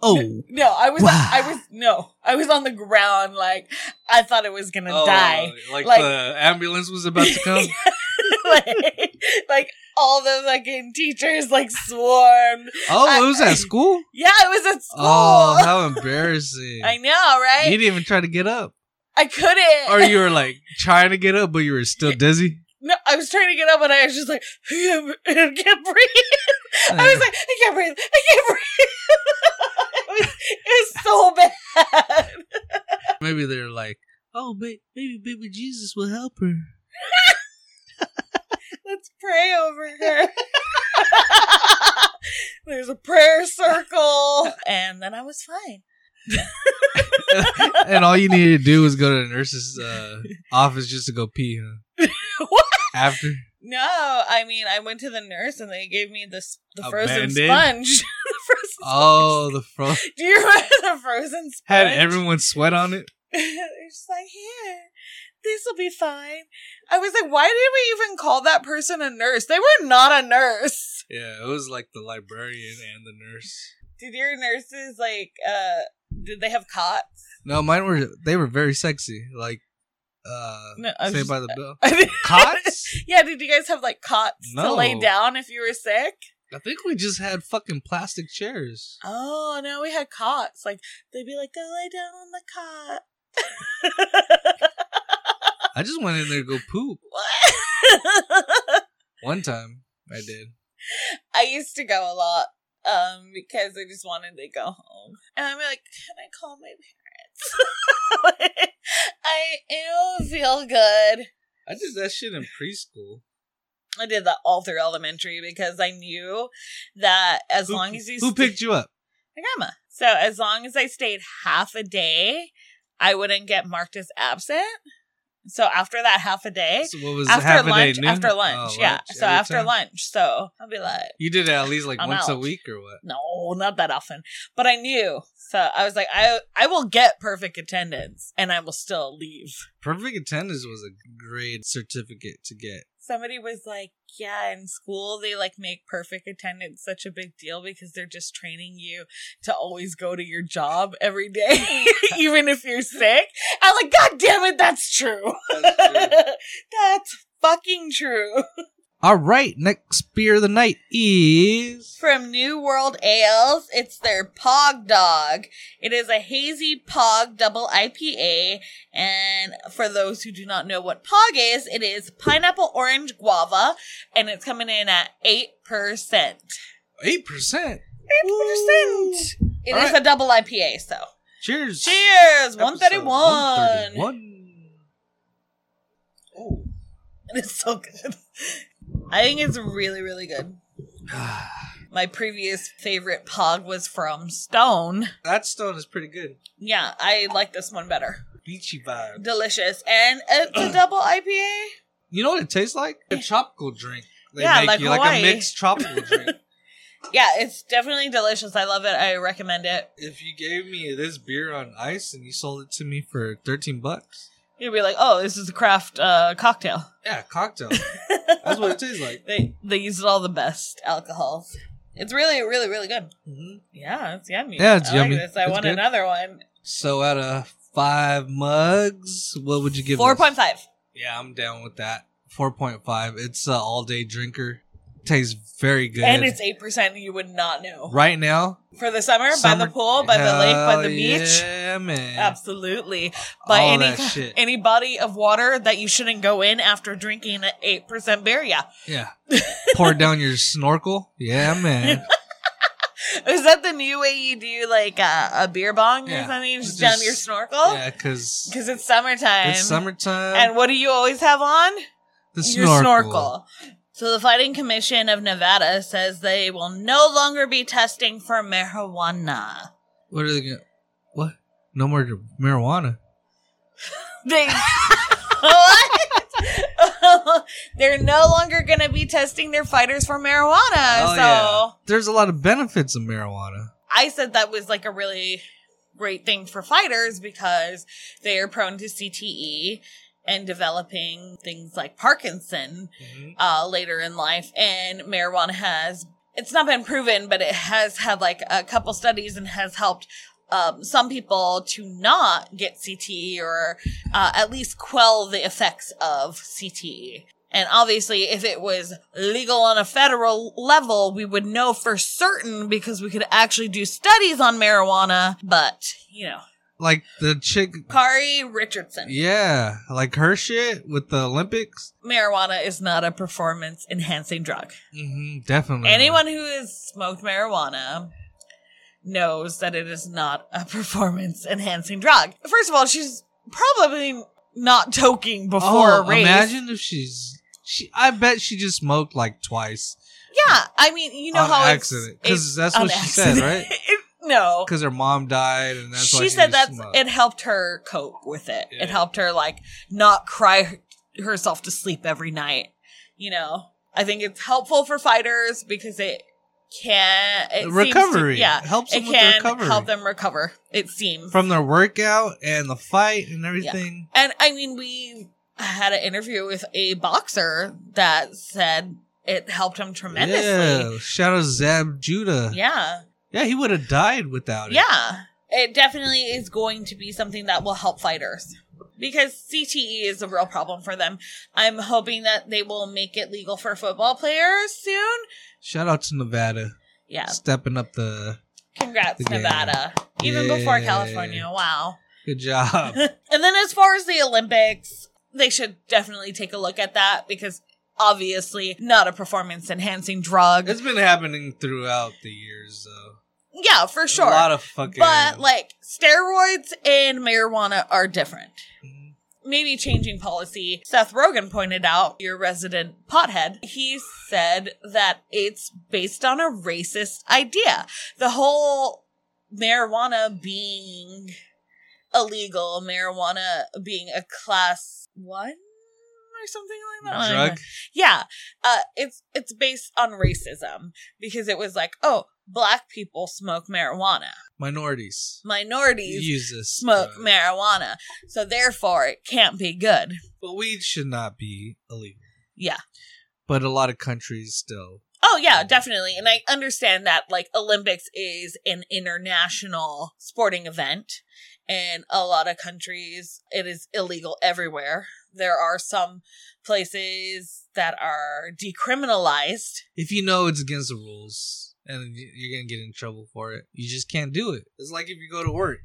Speaker 1: oh,
Speaker 2: no, I was,
Speaker 1: Wow.
Speaker 2: I was, no, I was on the ground, like, I thought it was gonna
Speaker 1: oh,
Speaker 2: die.
Speaker 1: Like,
Speaker 2: Like-
Speaker 1: the ambulance was about to come.
Speaker 2: like, like, all the fucking teachers, like, swarmed.
Speaker 1: Oh,
Speaker 2: I-
Speaker 1: it was at school.
Speaker 2: Yeah, it was at school.
Speaker 1: Oh, how embarrassing!
Speaker 2: I know, right?
Speaker 1: You didn't even try to get up,
Speaker 2: I couldn't.
Speaker 1: or you were like trying to get up, but you were still dizzy.
Speaker 2: No, I was trying to get up and I was just like, I can't, I can't breathe. I
Speaker 1: Uh.
Speaker 2: was like, I can't breathe. I can't breathe. it, was, it was so bad.
Speaker 1: maybe they're like, oh, ba- maybe baby Jesus will help her.
Speaker 2: Let's pray over her. There's a prayer circle. And then I was fine.
Speaker 1: and all you needed to do was go to the nurse's uh, office just to go pee, huh?
Speaker 2: What?
Speaker 1: After
Speaker 2: No, I mean, I went to the nurse and they gave me this the
Speaker 1: A Band-Aid?
Speaker 2: frozen sponge. the frozen
Speaker 1: oh the fro
Speaker 2: sponge. Do you remember the frozen sponge?
Speaker 1: had everyone sweat on it.
Speaker 2: They're just like, here, this will be fine. I was like, why did we even call that person a nurse? They were not a nurse.
Speaker 1: Yeah, it was like the librarian and the nurse.
Speaker 2: Did your nurses like? uh Did they have cots?
Speaker 1: No, mine were they were very sexy, like uh,
Speaker 2: No, I was
Speaker 1: Saved
Speaker 2: just-
Speaker 1: by the Bell. Cots?
Speaker 2: yeah. Did you guys have like cots to lay
Speaker 1: No.
Speaker 2: down if you were sick?
Speaker 1: I think we just had fucking plastic chairs.
Speaker 2: Oh no, we had cots. Like they'd be like, go lay down on the cot.
Speaker 1: I just went in there to go poop
Speaker 2: what?
Speaker 1: one time. I did.
Speaker 2: I used to go a lot um because I just wanted to go home, and I'm like, can I call my parents? I it don't feel good.
Speaker 1: I did that shit in preschool.
Speaker 2: I did that all through elementary because I knew that as
Speaker 1: Who-
Speaker 2: long as you
Speaker 1: Who
Speaker 2: sta-
Speaker 1: picked you up?
Speaker 2: my grandma, so as long as I stayed half a day, I wouldn't get marked as absent. So after that half a day,
Speaker 1: So what was half
Speaker 2: after
Speaker 1: a day
Speaker 2: lunch,
Speaker 1: noon?
Speaker 2: after lunch,
Speaker 1: Oh,
Speaker 2: yeah. so
Speaker 1: every
Speaker 2: after
Speaker 1: time?
Speaker 2: lunch, so I'll be like,
Speaker 1: you did it at least like
Speaker 2: I'm
Speaker 1: once a
Speaker 2: out.
Speaker 1: week or what?
Speaker 2: no, not that often. But I knew, so I was like, I I will get perfect attendance, and I will still leave.
Speaker 1: Perfect attendance was a grade certificate to get.
Speaker 2: Somebody was like, yeah, in school they like make perfect attendance such a big deal because they're just training you to always go to your job every day, even if you're sick. I'm like, God damn it, that's true. that's fucking true.
Speaker 1: All right, next beer of the night is
Speaker 2: From New World Ales, it's their Pog Dog. It is a hazy Pog double IPA. And for those who do not know what Pog is, it is pineapple orange guava, and it's coming in at 8%. 8%!
Speaker 1: eight percent.
Speaker 2: It is
Speaker 1: All right.
Speaker 2: a double IPA, so.
Speaker 1: Cheers.
Speaker 2: Cheers!
Speaker 1: Episode
Speaker 2: 131!
Speaker 1: 131. Oh.
Speaker 2: It is so good. I think it's really, really good. My previous favorite Pog was from Stone.
Speaker 1: that stone is pretty good.
Speaker 2: Yeah, I like this one better.
Speaker 1: Beachy vibe.
Speaker 2: delicious and it's a double IPA.
Speaker 1: You know what it tastes like? A tropical drink. They
Speaker 2: Yeah,
Speaker 1: make
Speaker 2: like
Speaker 1: you like
Speaker 2: Hawaii.
Speaker 1: a mixed tropical drink.
Speaker 2: Yeah, it's definitely delicious. I love it. I recommend it.
Speaker 1: if you gave me this beer on ice and you sold it to me for thirteen bucks,
Speaker 2: You'd be like, "Oh, this is a craft uh, cocktail."
Speaker 1: yeah, cocktail. That's what it tastes like.
Speaker 2: they they used all the best alcohols. It's really, really, really good.
Speaker 1: Mhm.
Speaker 2: Yeah, it's yummy.
Speaker 1: Yeah, it's
Speaker 2: I
Speaker 1: yummy.
Speaker 2: Like this. I
Speaker 1: It's
Speaker 2: want
Speaker 1: good.
Speaker 2: another one.
Speaker 1: So out of five mugs, what would you give?
Speaker 2: Four
Speaker 1: this?
Speaker 2: point five.
Speaker 1: Yeah, I'm down with that. Four point five. It's an all day drinker. Tastes very good.
Speaker 2: And it's eight percent. You would not know
Speaker 1: right now
Speaker 2: for the summer, by
Speaker 1: summer-
Speaker 2: the pool, Oh, by the lake, by
Speaker 1: Hell
Speaker 2: the beach.
Speaker 1: Yeah, man.
Speaker 2: Absolutely. By
Speaker 1: All
Speaker 2: any
Speaker 1: that shit.
Speaker 2: any body of water that you shouldn't go in after drinking an eight percent beer. Yeah.
Speaker 1: Yeah. Pour down your snorkel. Yeah, man.
Speaker 2: Is that the new way you do like uh, a beer bong
Speaker 1: Yeah.
Speaker 2: or something?
Speaker 1: Just-
Speaker 2: Just, down your snorkel?
Speaker 1: Yeah, because
Speaker 2: Because it's summertime.
Speaker 1: it's summertime.
Speaker 2: And what do you always have on?
Speaker 1: the
Speaker 2: Your snorkel. So the Fighting Commission of Nevada says they will no longer be testing for marijuana.
Speaker 1: What are they going to. What? No more marijuana.
Speaker 2: They. what? They're no longer going to be testing their fighters for marijuana.
Speaker 1: Oh,
Speaker 2: so
Speaker 1: yeah. There's a lot of benefits of marijuana.
Speaker 2: I said that was like a really great thing for fighters because they are prone to CTE and developing things like Parkinson
Speaker 1: Mm-hmm.
Speaker 2: uh, later in life. And marijuana has, it's not been proven, but it has had like a couple studies and has helped um, some people to not get CTE or uh, at least quell the effects of CTE. And obviously, if it was legal on a federal level, we would know for certain because we could actually do studies on marijuana. But, you know,
Speaker 1: Like the chick.
Speaker 2: Kari Richardson.
Speaker 1: Yeah, like her shit with the Olympics.
Speaker 2: Marijuana is not a performance enhancing drug.
Speaker 1: hmm definitely.
Speaker 2: Mm-hmm. Anyone who has smoked marijuana knows that it is not a performance enhancing drug. First of all, she's probably not toking before
Speaker 1: Oh,
Speaker 2: a race.
Speaker 1: imagine if she's. She, I bet she just smoked like twice
Speaker 2: Yeah, I mean, you know
Speaker 1: on
Speaker 2: how it's-
Speaker 1: accident
Speaker 2: it's
Speaker 1: because that's what
Speaker 2: on
Speaker 1: she said,
Speaker 2: accident.
Speaker 1: right?
Speaker 2: no.
Speaker 1: Because her mom died, and that's why
Speaker 2: she
Speaker 1: just
Speaker 2: said that's
Speaker 1: smoked.
Speaker 2: it helped her cope with it.
Speaker 1: Yeah.
Speaker 2: It helped her like not cry her- herself to sleep every night. You know, I think it's helpful for fighters because it can it seems to-
Speaker 1: recovery.
Speaker 2: yeah,
Speaker 1: helps them
Speaker 2: it
Speaker 1: with the
Speaker 2: can
Speaker 1: recovery
Speaker 2: help them recover. It seems.
Speaker 1: from their workout and the fight and everything.
Speaker 2: and I mean, we had an interview with a boxer that said it helped him tremendously.
Speaker 1: Yeah, shout out Zab Judah. Yeah,
Speaker 2: yeah.
Speaker 1: he would have died without it.
Speaker 2: Yeah. It definitely is going to be something that will help fighters because CTE is a real problem for them. I'm hoping that they will make it legal for football players soon.
Speaker 1: Shout out to Nevada,
Speaker 2: Yeah.
Speaker 1: stepping up the
Speaker 2: Congrats,
Speaker 1: The game.
Speaker 2: Nevada. Even before
Speaker 1: Yay.
Speaker 2: California. Wow.
Speaker 1: good job.
Speaker 2: and then as far as the Olympics, they should definitely take a look at that because obviously not a performance enhancing drug.
Speaker 1: it's been happening throughout the years, though.
Speaker 2: yeah, for
Speaker 1: A lot
Speaker 2: sure.
Speaker 1: of fucking.
Speaker 2: But like steroids and marijuana are different.
Speaker 1: Mhm.
Speaker 2: maybe changing policy. Seth Rogen pointed out, your resident pothead, he said that it's based on a racist idea. The whole marijuana being illegal, marijuana being a class one or something like that. I don't know.
Speaker 1: drug.
Speaker 2: Yeah. Uh, it's it's based on racism because it was like, oh, black people smoke marijuana.
Speaker 1: Minorities
Speaker 2: Minorities
Speaker 1: use this
Speaker 2: smoke
Speaker 1: drug.
Speaker 2: marijuana. So therefore it can't be good.
Speaker 1: but weed should not be illegal.
Speaker 2: Yeah.
Speaker 1: But a lot of countries still.
Speaker 2: Oh yeah, definitely. And I understand that like Olympics is an international sporting event and a lot of countries it is illegal everywhere. There are some places that are decriminalized.
Speaker 1: If you know it's against the rules and y- you're gonna get in trouble for it, you just can't do it. It's like if you go to work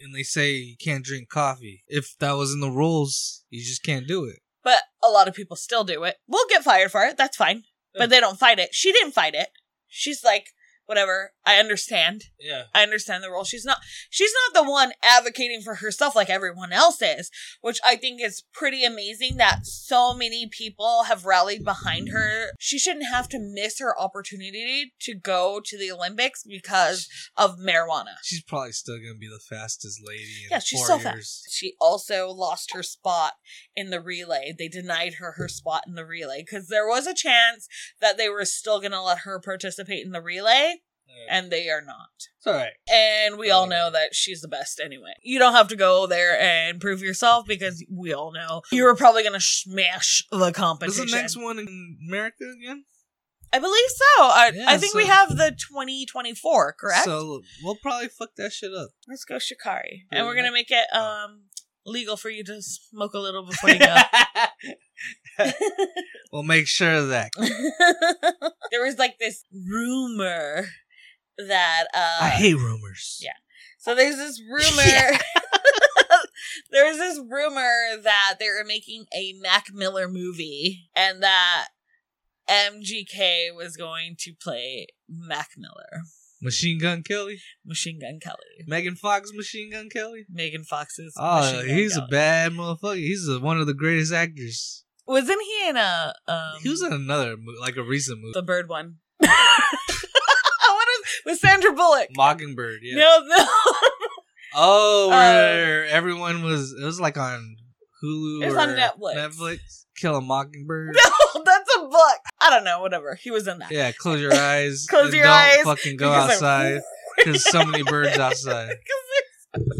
Speaker 1: and they say you can't drink coffee. If that was in the rules, you just can't do it.
Speaker 2: but a lot of people still do it. We'll get fired for it. That's fine.
Speaker 1: Yeah.
Speaker 2: But they don't fight it. She didn't fight it. She's like, whatever. I understand.
Speaker 1: Yeah.
Speaker 2: I understand the role. She's not she's not the one advocating for herself like everyone else is, which I think is pretty amazing that so many people have rallied behind her. She shouldn't have to miss her opportunity to go to the Olympics because of marijuana.
Speaker 1: She's probably still gonna be the fastest lady. In
Speaker 2: Yeah, she's
Speaker 1: four
Speaker 2: so fast.
Speaker 1: years.
Speaker 2: She also lost her spot in the relay. They denied her her spot in the relay because there was a chance that they were still going to let her participate in the relay,
Speaker 1: Yeah.
Speaker 2: and they are not.
Speaker 1: It's all right.
Speaker 2: And we all know that she's the best anyway. You don't have to go there and prove yourself because we all know you were probably going to smash the
Speaker 1: Is
Speaker 2: competition.
Speaker 1: the next one in America again?
Speaker 2: I believe so. I,
Speaker 1: Yeah,
Speaker 2: I think we
Speaker 1: so-
Speaker 2: have the 2024, correct?
Speaker 1: So we'll probably fuck that shit up.
Speaker 2: Let's go Shikari.
Speaker 1: Yeah.
Speaker 2: And we're going to make it um legal for you to smoke a little before you go.
Speaker 1: we'll make sure of that.
Speaker 2: there was like this rumor that uh
Speaker 1: I hate rumors.
Speaker 2: yeah. so there's this rumor
Speaker 1: Yeah.
Speaker 2: there was this rumor that they were making a Mac Miller movie and that MGK was going to play Mac Miller,
Speaker 1: Machine Gun Kelly,
Speaker 2: Machine Gun Kelly,
Speaker 1: Megan Fox, Machine Gun Kelly.
Speaker 2: Megan Fox's.
Speaker 1: Oh,
Speaker 2: Machine Gun
Speaker 1: he's a
Speaker 2: Kelly.
Speaker 1: bad motherfucker. He's a, one of the greatest actors.
Speaker 2: Wasn't he in a? Um,
Speaker 1: he was in another, mo- like a recent movie,
Speaker 2: the bird one. what is with Sandra Bullock?
Speaker 1: Mockingbird. Yeah.
Speaker 2: No, no.
Speaker 1: Oh,
Speaker 2: Uh,
Speaker 1: where everyone was. It was like on Hulu
Speaker 2: It was
Speaker 1: or
Speaker 2: on Netflix.
Speaker 1: Netflix. Kill a Mockingbird.
Speaker 2: No, that's a book. I don't know. Whatever. He was in that.
Speaker 1: Yeah, close your eyes.
Speaker 2: Close
Speaker 1: and
Speaker 2: your
Speaker 1: don't
Speaker 2: eyes,
Speaker 1: Fucking go
Speaker 2: because I'm-
Speaker 1: outside because so many birds outside.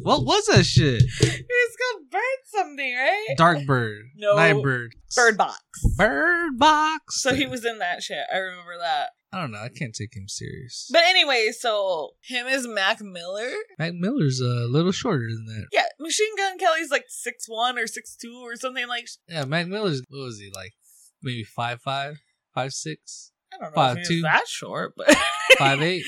Speaker 1: What was that shit?
Speaker 2: it was called Bird something, right?
Speaker 1: Dark bird.
Speaker 2: No.
Speaker 1: Night bird.
Speaker 2: Bird Box.
Speaker 1: Bird box.
Speaker 2: So he was in that shit. I remember that.
Speaker 1: I don't know. I can't take him serious.
Speaker 2: But anyway, so him is Mac Miller.
Speaker 1: Mac Miller's a little shorter than that.
Speaker 2: Yeah, Machine Gun Kelly's like six one or six two or something like.
Speaker 1: Yeah, Mac Miller's what was he like? Maybe five five, five six,
Speaker 2: I don't know
Speaker 1: Five
Speaker 2: if
Speaker 1: two.
Speaker 2: he was that short, but
Speaker 1: five eight.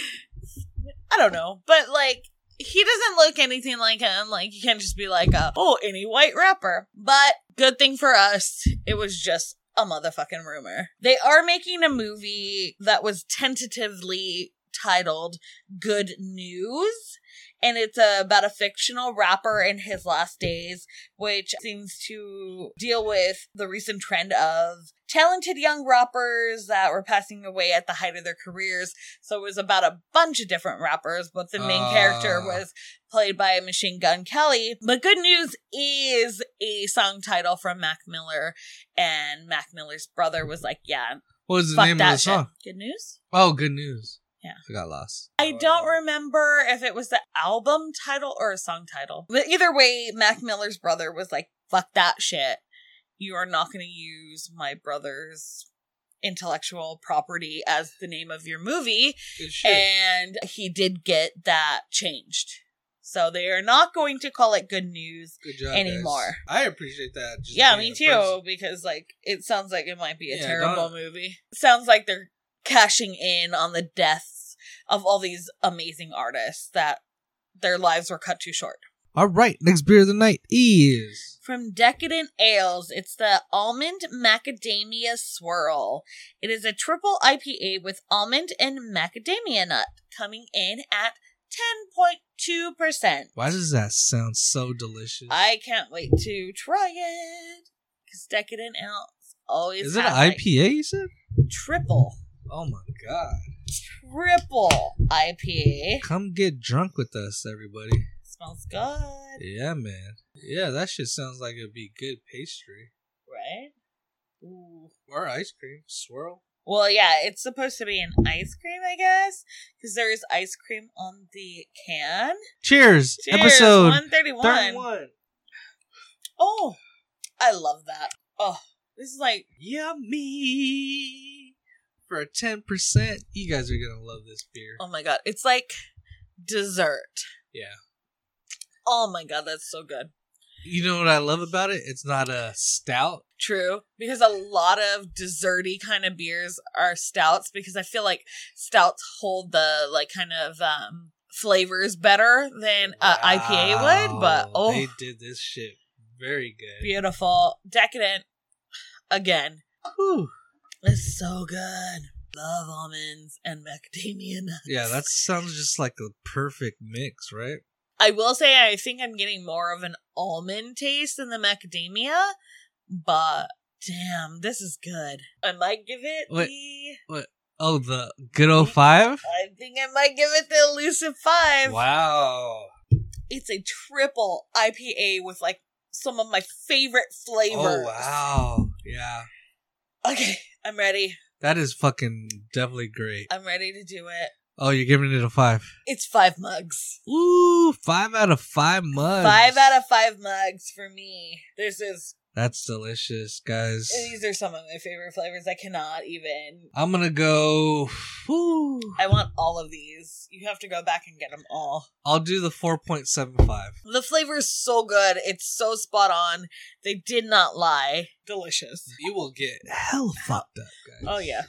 Speaker 2: I don't know. But like he doesn't look anything like him. Like you can't just be like, uh, oh, any white rapper. But good thing for us, it was just a motherfucking rumor. They are making a movie that was tentatively titled Good News. And it's uh, about a fictional rapper in his last days, which seems to deal with the recent trend of talented young rappers that were passing away at the height of their careers so it was about a bunch of different rappers, but the main
Speaker 1: Ah.
Speaker 2: character was played by Machine Gun Kelly. But good news is a song title from Mac Miller, and Mac Miller's brother was like, "Yeah,
Speaker 1: What was the
Speaker 2: fuck
Speaker 1: name of
Speaker 2: that
Speaker 1: the
Speaker 2: shit."
Speaker 1: song?
Speaker 2: Good news.
Speaker 1: Oh, good news.
Speaker 2: Yeah.
Speaker 1: I got lost. Oh,
Speaker 2: I don't remember if it was the album title or a song title, but either way, Mac Miller's brother was like, "Fuck that shit. You are not going to use my brother's." Intellectual property as the name of your movie.
Speaker 1: Good
Speaker 2: Eh, And he did get that changed. So they are not going to call it good news.
Speaker 1: Good job.
Speaker 2: anymore.
Speaker 1: guys. I appreciate that. just
Speaker 2: yeah,
Speaker 1: being
Speaker 2: me
Speaker 1: a
Speaker 2: too,
Speaker 1: person.
Speaker 2: because like it sounds like it might be a
Speaker 1: Yeah,
Speaker 2: terrible
Speaker 1: don't-
Speaker 2: movie. Sounds like they're cashing in on the deaths of all these amazing artists that their lives were cut too short.
Speaker 1: All right, next beer of the night is.
Speaker 2: From Decadent Ales, it's the Almond Macadamia Swirl. It is a triple IPA with almond and macadamia nut, coming in at 10.2%.
Speaker 1: Why does that sound so delicious?
Speaker 2: I can't wait to try it. Because Decadent Ales always
Speaker 1: is it an
Speaker 2: has, like,
Speaker 1: IPA? You said?
Speaker 2: triple,
Speaker 1: Oh my god!
Speaker 2: triple IPA.
Speaker 1: Come get drunk with us, everybody.
Speaker 2: Smells good, right?
Speaker 1: Yeah, man. Yeah, that shit sounds like it'd be good pastry
Speaker 2: Ooh.
Speaker 1: or ice cream swirl.
Speaker 2: Well, yeah, it's supposed to be an ice cream, I guess, because there is ice cream on the can.
Speaker 1: Cheers!
Speaker 2: Cheers,
Speaker 1: Episode
Speaker 2: 131.
Speaker 1: thirty-one.
Speaker 2: Oh, I love that. Oh, this is like,
Speaker 1: Yummy. For ten percent, you guys are gonna love this beer.
Speaker 2: oh my god, it's like dessert.
Speaker 1: Yeah.
Speaker 2: Oh my god, that's so good.
Speaker 1: You know what I love about it? It's not a stout.
Speaker 2: True, because a lot of desserty kind of beers are stouts because I feel like stouts hold the like kind of um flavors better than uh, IPA would, but
Speaker 1: Wow,
Speaker 2: oh,
Speaker 1: they did this shit very good.
Speaker 2: beautiful, decadent again.
Speaker 1: Whew.
Speaker 2: It's so good. Love almonds and macadamia nuts.
Speaker 1: Yeah, that sounds just like a perfect mix, right?
Speaker 2: I will say I think I'm getting more of an almond taste than the macadamia, but damn, this is good. I might give it
Speaker 1: Wait.
Speaker 2: the
Speaker 1: Oh, the good
Speaker 2: Mm-hmm.
Speaker 1: old five.
Speaker 2: I think I might give it the elusive five.
Speaker 1: Wow.
Speaker 2: It's a triple IPA with like some of my favorite flavors.
Speaker 1: Oh wow. Yeah,
Speaker 2: Okay, I'm ready.
Speaker 1: that is fucking definitely great.
Speaker 2: I'm ready to do it.
Speaker 1: Oh, you're giving it a five.
Speaker 2: It's five mugs.
Speaker 1: Ooh, five out of five mugs.
Speaker 2: Five out of five mugs for me. This is
Speaker 1: That's delicious, guys.
Speaker 2: these are some of my favorite flavors. I cannot even.
Speaker 1: I'm gonna go. Whew,
Speaker 2: I want all of these. You have to go back and get them all.
Speaker 1: I'll do the four point seven five.
Speaker 2: The flavor is so good. It's so spot on. They did not lie. Delicious.
Speaker 1: You will get hell fucked up, guys.
Speaker 2: Oh yeah.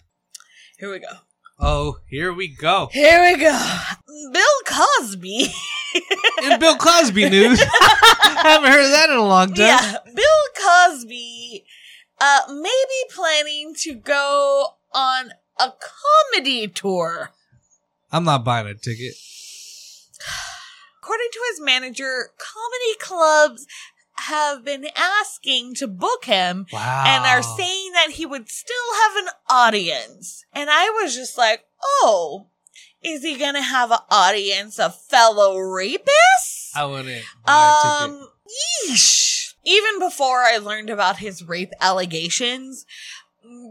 Speaker 2: Here we go.
Speaker 1: Oh, here we go.
Speaker 2: Here we go. Bill Cosby.
Speaker 1: In Bill Cosby news, I haven't heard of that in a long time.
Speaker 2: yeah, Bill Cosby uh maybe planning to go on a comedy tour.
Speaker 1: I'm not buying a ticket.
Speaker 2: According to his manager, comedy clubs have been asking to book him
Speaker 1: Wow.
Speaker 2: and are
Speaker 1: Oh.
Speaker 2: saying that he would still have an audience. And I was just like, "Oh, is he going to have an audience of fellow rapists?"
Speaker 1: I wouldn't buy a ticket.
Speaker 2: Um, yeesh. Even before I learned about his rape allegations,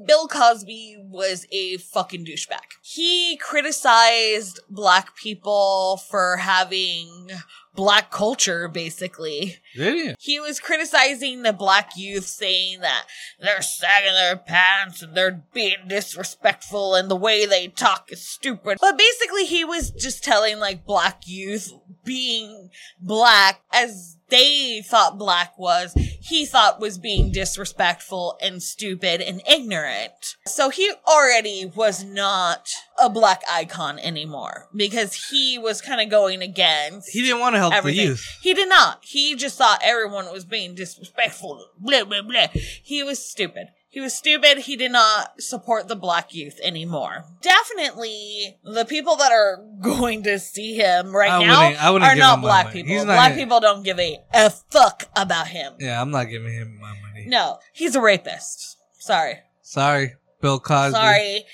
Speaker 2: Bill Cosby was a fucking douchebag. He criticized black people for having black culture, basically.
Speaker 1: Did you?
Speaker 2: He was criticizing the black youth, saying that they're sagging their pants and they're being disrespectful and the way they talk is stupid. But basically, he was just telling like black youth being black as they thought black was, he thought was being disrespectful and stupid and ignorant. So he already was not a black icon anymore because he was kind of going against
Speaker 1: He didn't want to help
Speaker 2: Everything.
Speaker 1: the youth.
Speaker 2: he did not. He just thought everyone was being disrespectful. Blah blah blah. He was stupid. He was stupid. He did not support the black youth anymore. Definitely, the people that are going to see him right
Speaker 1: I
Speaker 2: now
Speaker 1: wouldn't- I wouldn't
Speaker 2: are
Speaker 1: give
Speaker 2: not
Speaker 1: him my
Speaker 2: black
Speaker 1: money.
Speaker 2: people.
Speaker 1: He's not
Speaker 2: black
Speaker 1: gonna-
Speaker 2: people don't give a, a fuck about him.
Speaker 1: Yeah, I'm not giving him my money.
Speaker 2: No, he's a rapist. Sorry.
Speaker 1: Sorry, Bill Cosby.
Speaker 2: Sorry.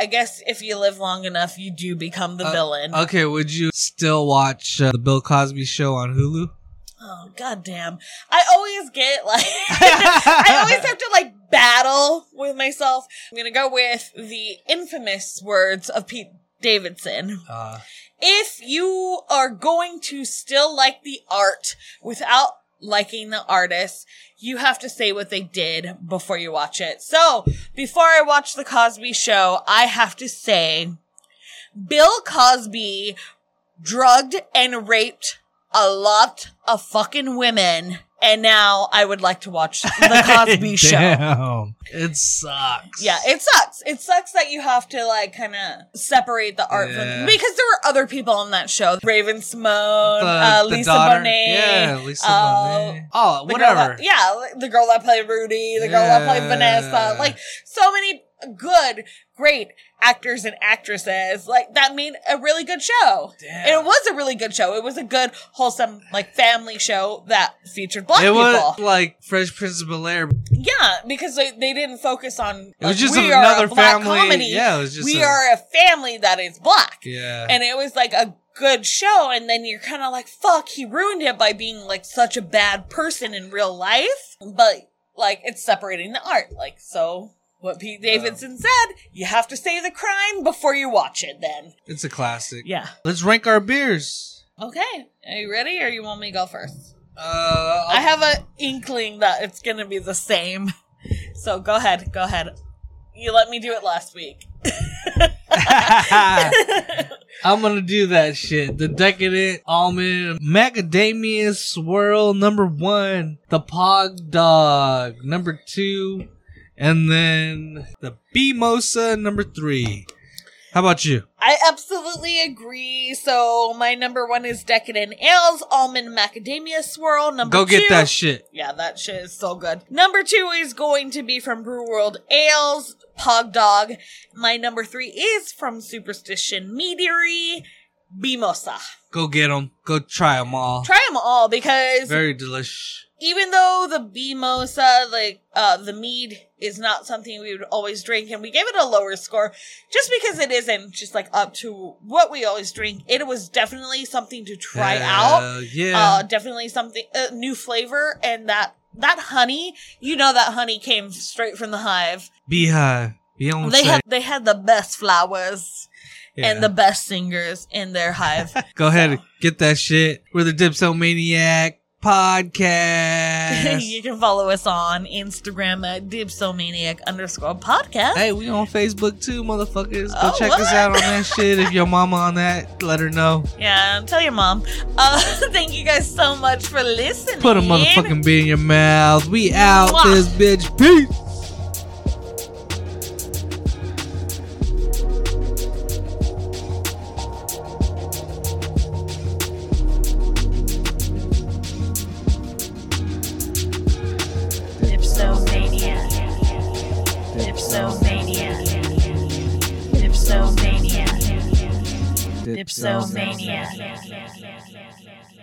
Speaker 2: I guess if you live long enough, you do become the
Speaker 1: Uh,
Speaker 2: villain.
Speaker 1: Okay, would you still watch uh, the Bill Cosby show on Hulu?
Speaker 2: Oh goddamn! I always get like I always have to like battle with myself. I'm gonna go with the infamous words of Pete Davidson.
Speaker 1: Uh,
Speaker 2: If you are going to still like the art without liking the artist, you have to say what they did before you watch it. So before I watch the Cosby Show, I have to say, Bill Cosby drugged and raped a lot of fucking women. And now I would like to watch The Cosby Show.
Speaker 1: Damn. It sucks.
Speaker 2: Yeah, it sucks. It sucks that you have to like kind of separate the art
Speaker 1: Yeah.
Speaker 2: from because there were other people on that show: Raven Simone,
Speaker 1: The-
Speaker 2: uh,
Speaker 1: the
Speaker 2: Lisa
Speaker 1: daughter-
Speaker 2: Bonet,
Speaker 1: Yeah, Lisa
Speaker 2: uh,
Speaker 1: Bonet. Oh,
Speaker 2: the girl
Speaker 1: whatever.
Speaker 2: that- yeah, like, the girl that played Rudy, the girl that played
Speaker 1: Yeah.
Speaker 2: Vanessa, like so many good, great actors and actresses. Like that made a really good show. And
Speaker 1: Damn.
Speaker 2: it was a really good show. It was a good, wholesome, like family show that featured black
Speaker 1: It
Speaker 2: people.
Speaker 1: was like Fresh Prince of Bel Air.
Speaker 2: yeah, because they, they didn't focus on.
Speaker 1: It was
Speaker 2: like,
Speaker 1: just
Speaker 2: we are a
Speaker 1: another
Speaker 2: black
Speaker 1: family.
Speaker 2: comedy.
Speaker 1: Yeah, it was just.
Speaker 2: we
Speaker 1: a-
Speaker 2: are a family that is black.
Speaker 1: Yeah.
Speaker 2: And it was like a good show. And then you're kind of like, fuck, he ruined it by being like such a bad person in real life. But like, it's separating the art. Like, so what Pete
Speaker 1: Yeah.
Speaker 2: Davidson said, you have to say the crime before you watch it then.
Speaker 1: it's a classic.
Speaker 2: Yeah.
Speaker 1: Let's rank our beers.
Speaker 2: Okay. Are you ready or you want me to go first?
Speaker 1: Uh,
Speaker 2: I have an inkling that it's going to be the same. So go ahead. Go ahead. You let me do it last week.
Speaker 1: I'm gonna do that shit. The decadent almond macadamia swirl number one, the pog dog number two, and then the mimosa number three. How about you?
Speaker 2: I absolutely agree. So my number one is Decadent Ales Almond Macadamia Swirl. Number
Speaker 1: Go
Speaker 2: two-
Speaker 1: get that shit.
Speaker 2: yeah, that shit is so good. Number two is going to be from Brew World Ales Pog Dog. My number three is from Superstition Meadery Bimosa.
Speaker 1: Go get them. Go try them all.
Speaker 2: Try them all because
Speaker 1: Very delicious.
Speaker 2: even though the Bimosa, like uh, the mead, is not something we would always drink, and we gave it a lower score just because it isn't just like up to what we always drink. It was definitely something to try out.
Speaker 1: Hell Yeah.
Speaker 2: Uh, definitely something uh, new flavor, and that that honey, you know, that honey came straight from the hive.
Speaker 1: Beehive. Beyonce.
Speaker 2: They had they had the best flowers and the
Speaker 1: Yeah.
Speaker 2: best singers in their hive.
Speaker 1: Go ahead and get that shit. We're the Dipsomaniac podcast.
Speaker 2: you can follow us on Instagram at dipsomaniac underscore podcast.
Speaker 1: Hey, we on Facebook too, motherfuckers. Go
Speaker 2: Oh,
Speaker 1: check us
Speaker 2: what?
Speaker 1: out on that shit. If your mama on that, let her know.
Speaker 2: Yeah, tell your mom. Uh, thank you guys so much for listening.
Speaker 1: Put a motherfucking bee in your mouth. We out
Speaker 2: Mwah.
Speaker 1: this bitch. Peace.
Speaker 4: Dipsomania. Dipsomania. Dipsomania. Dipsomania.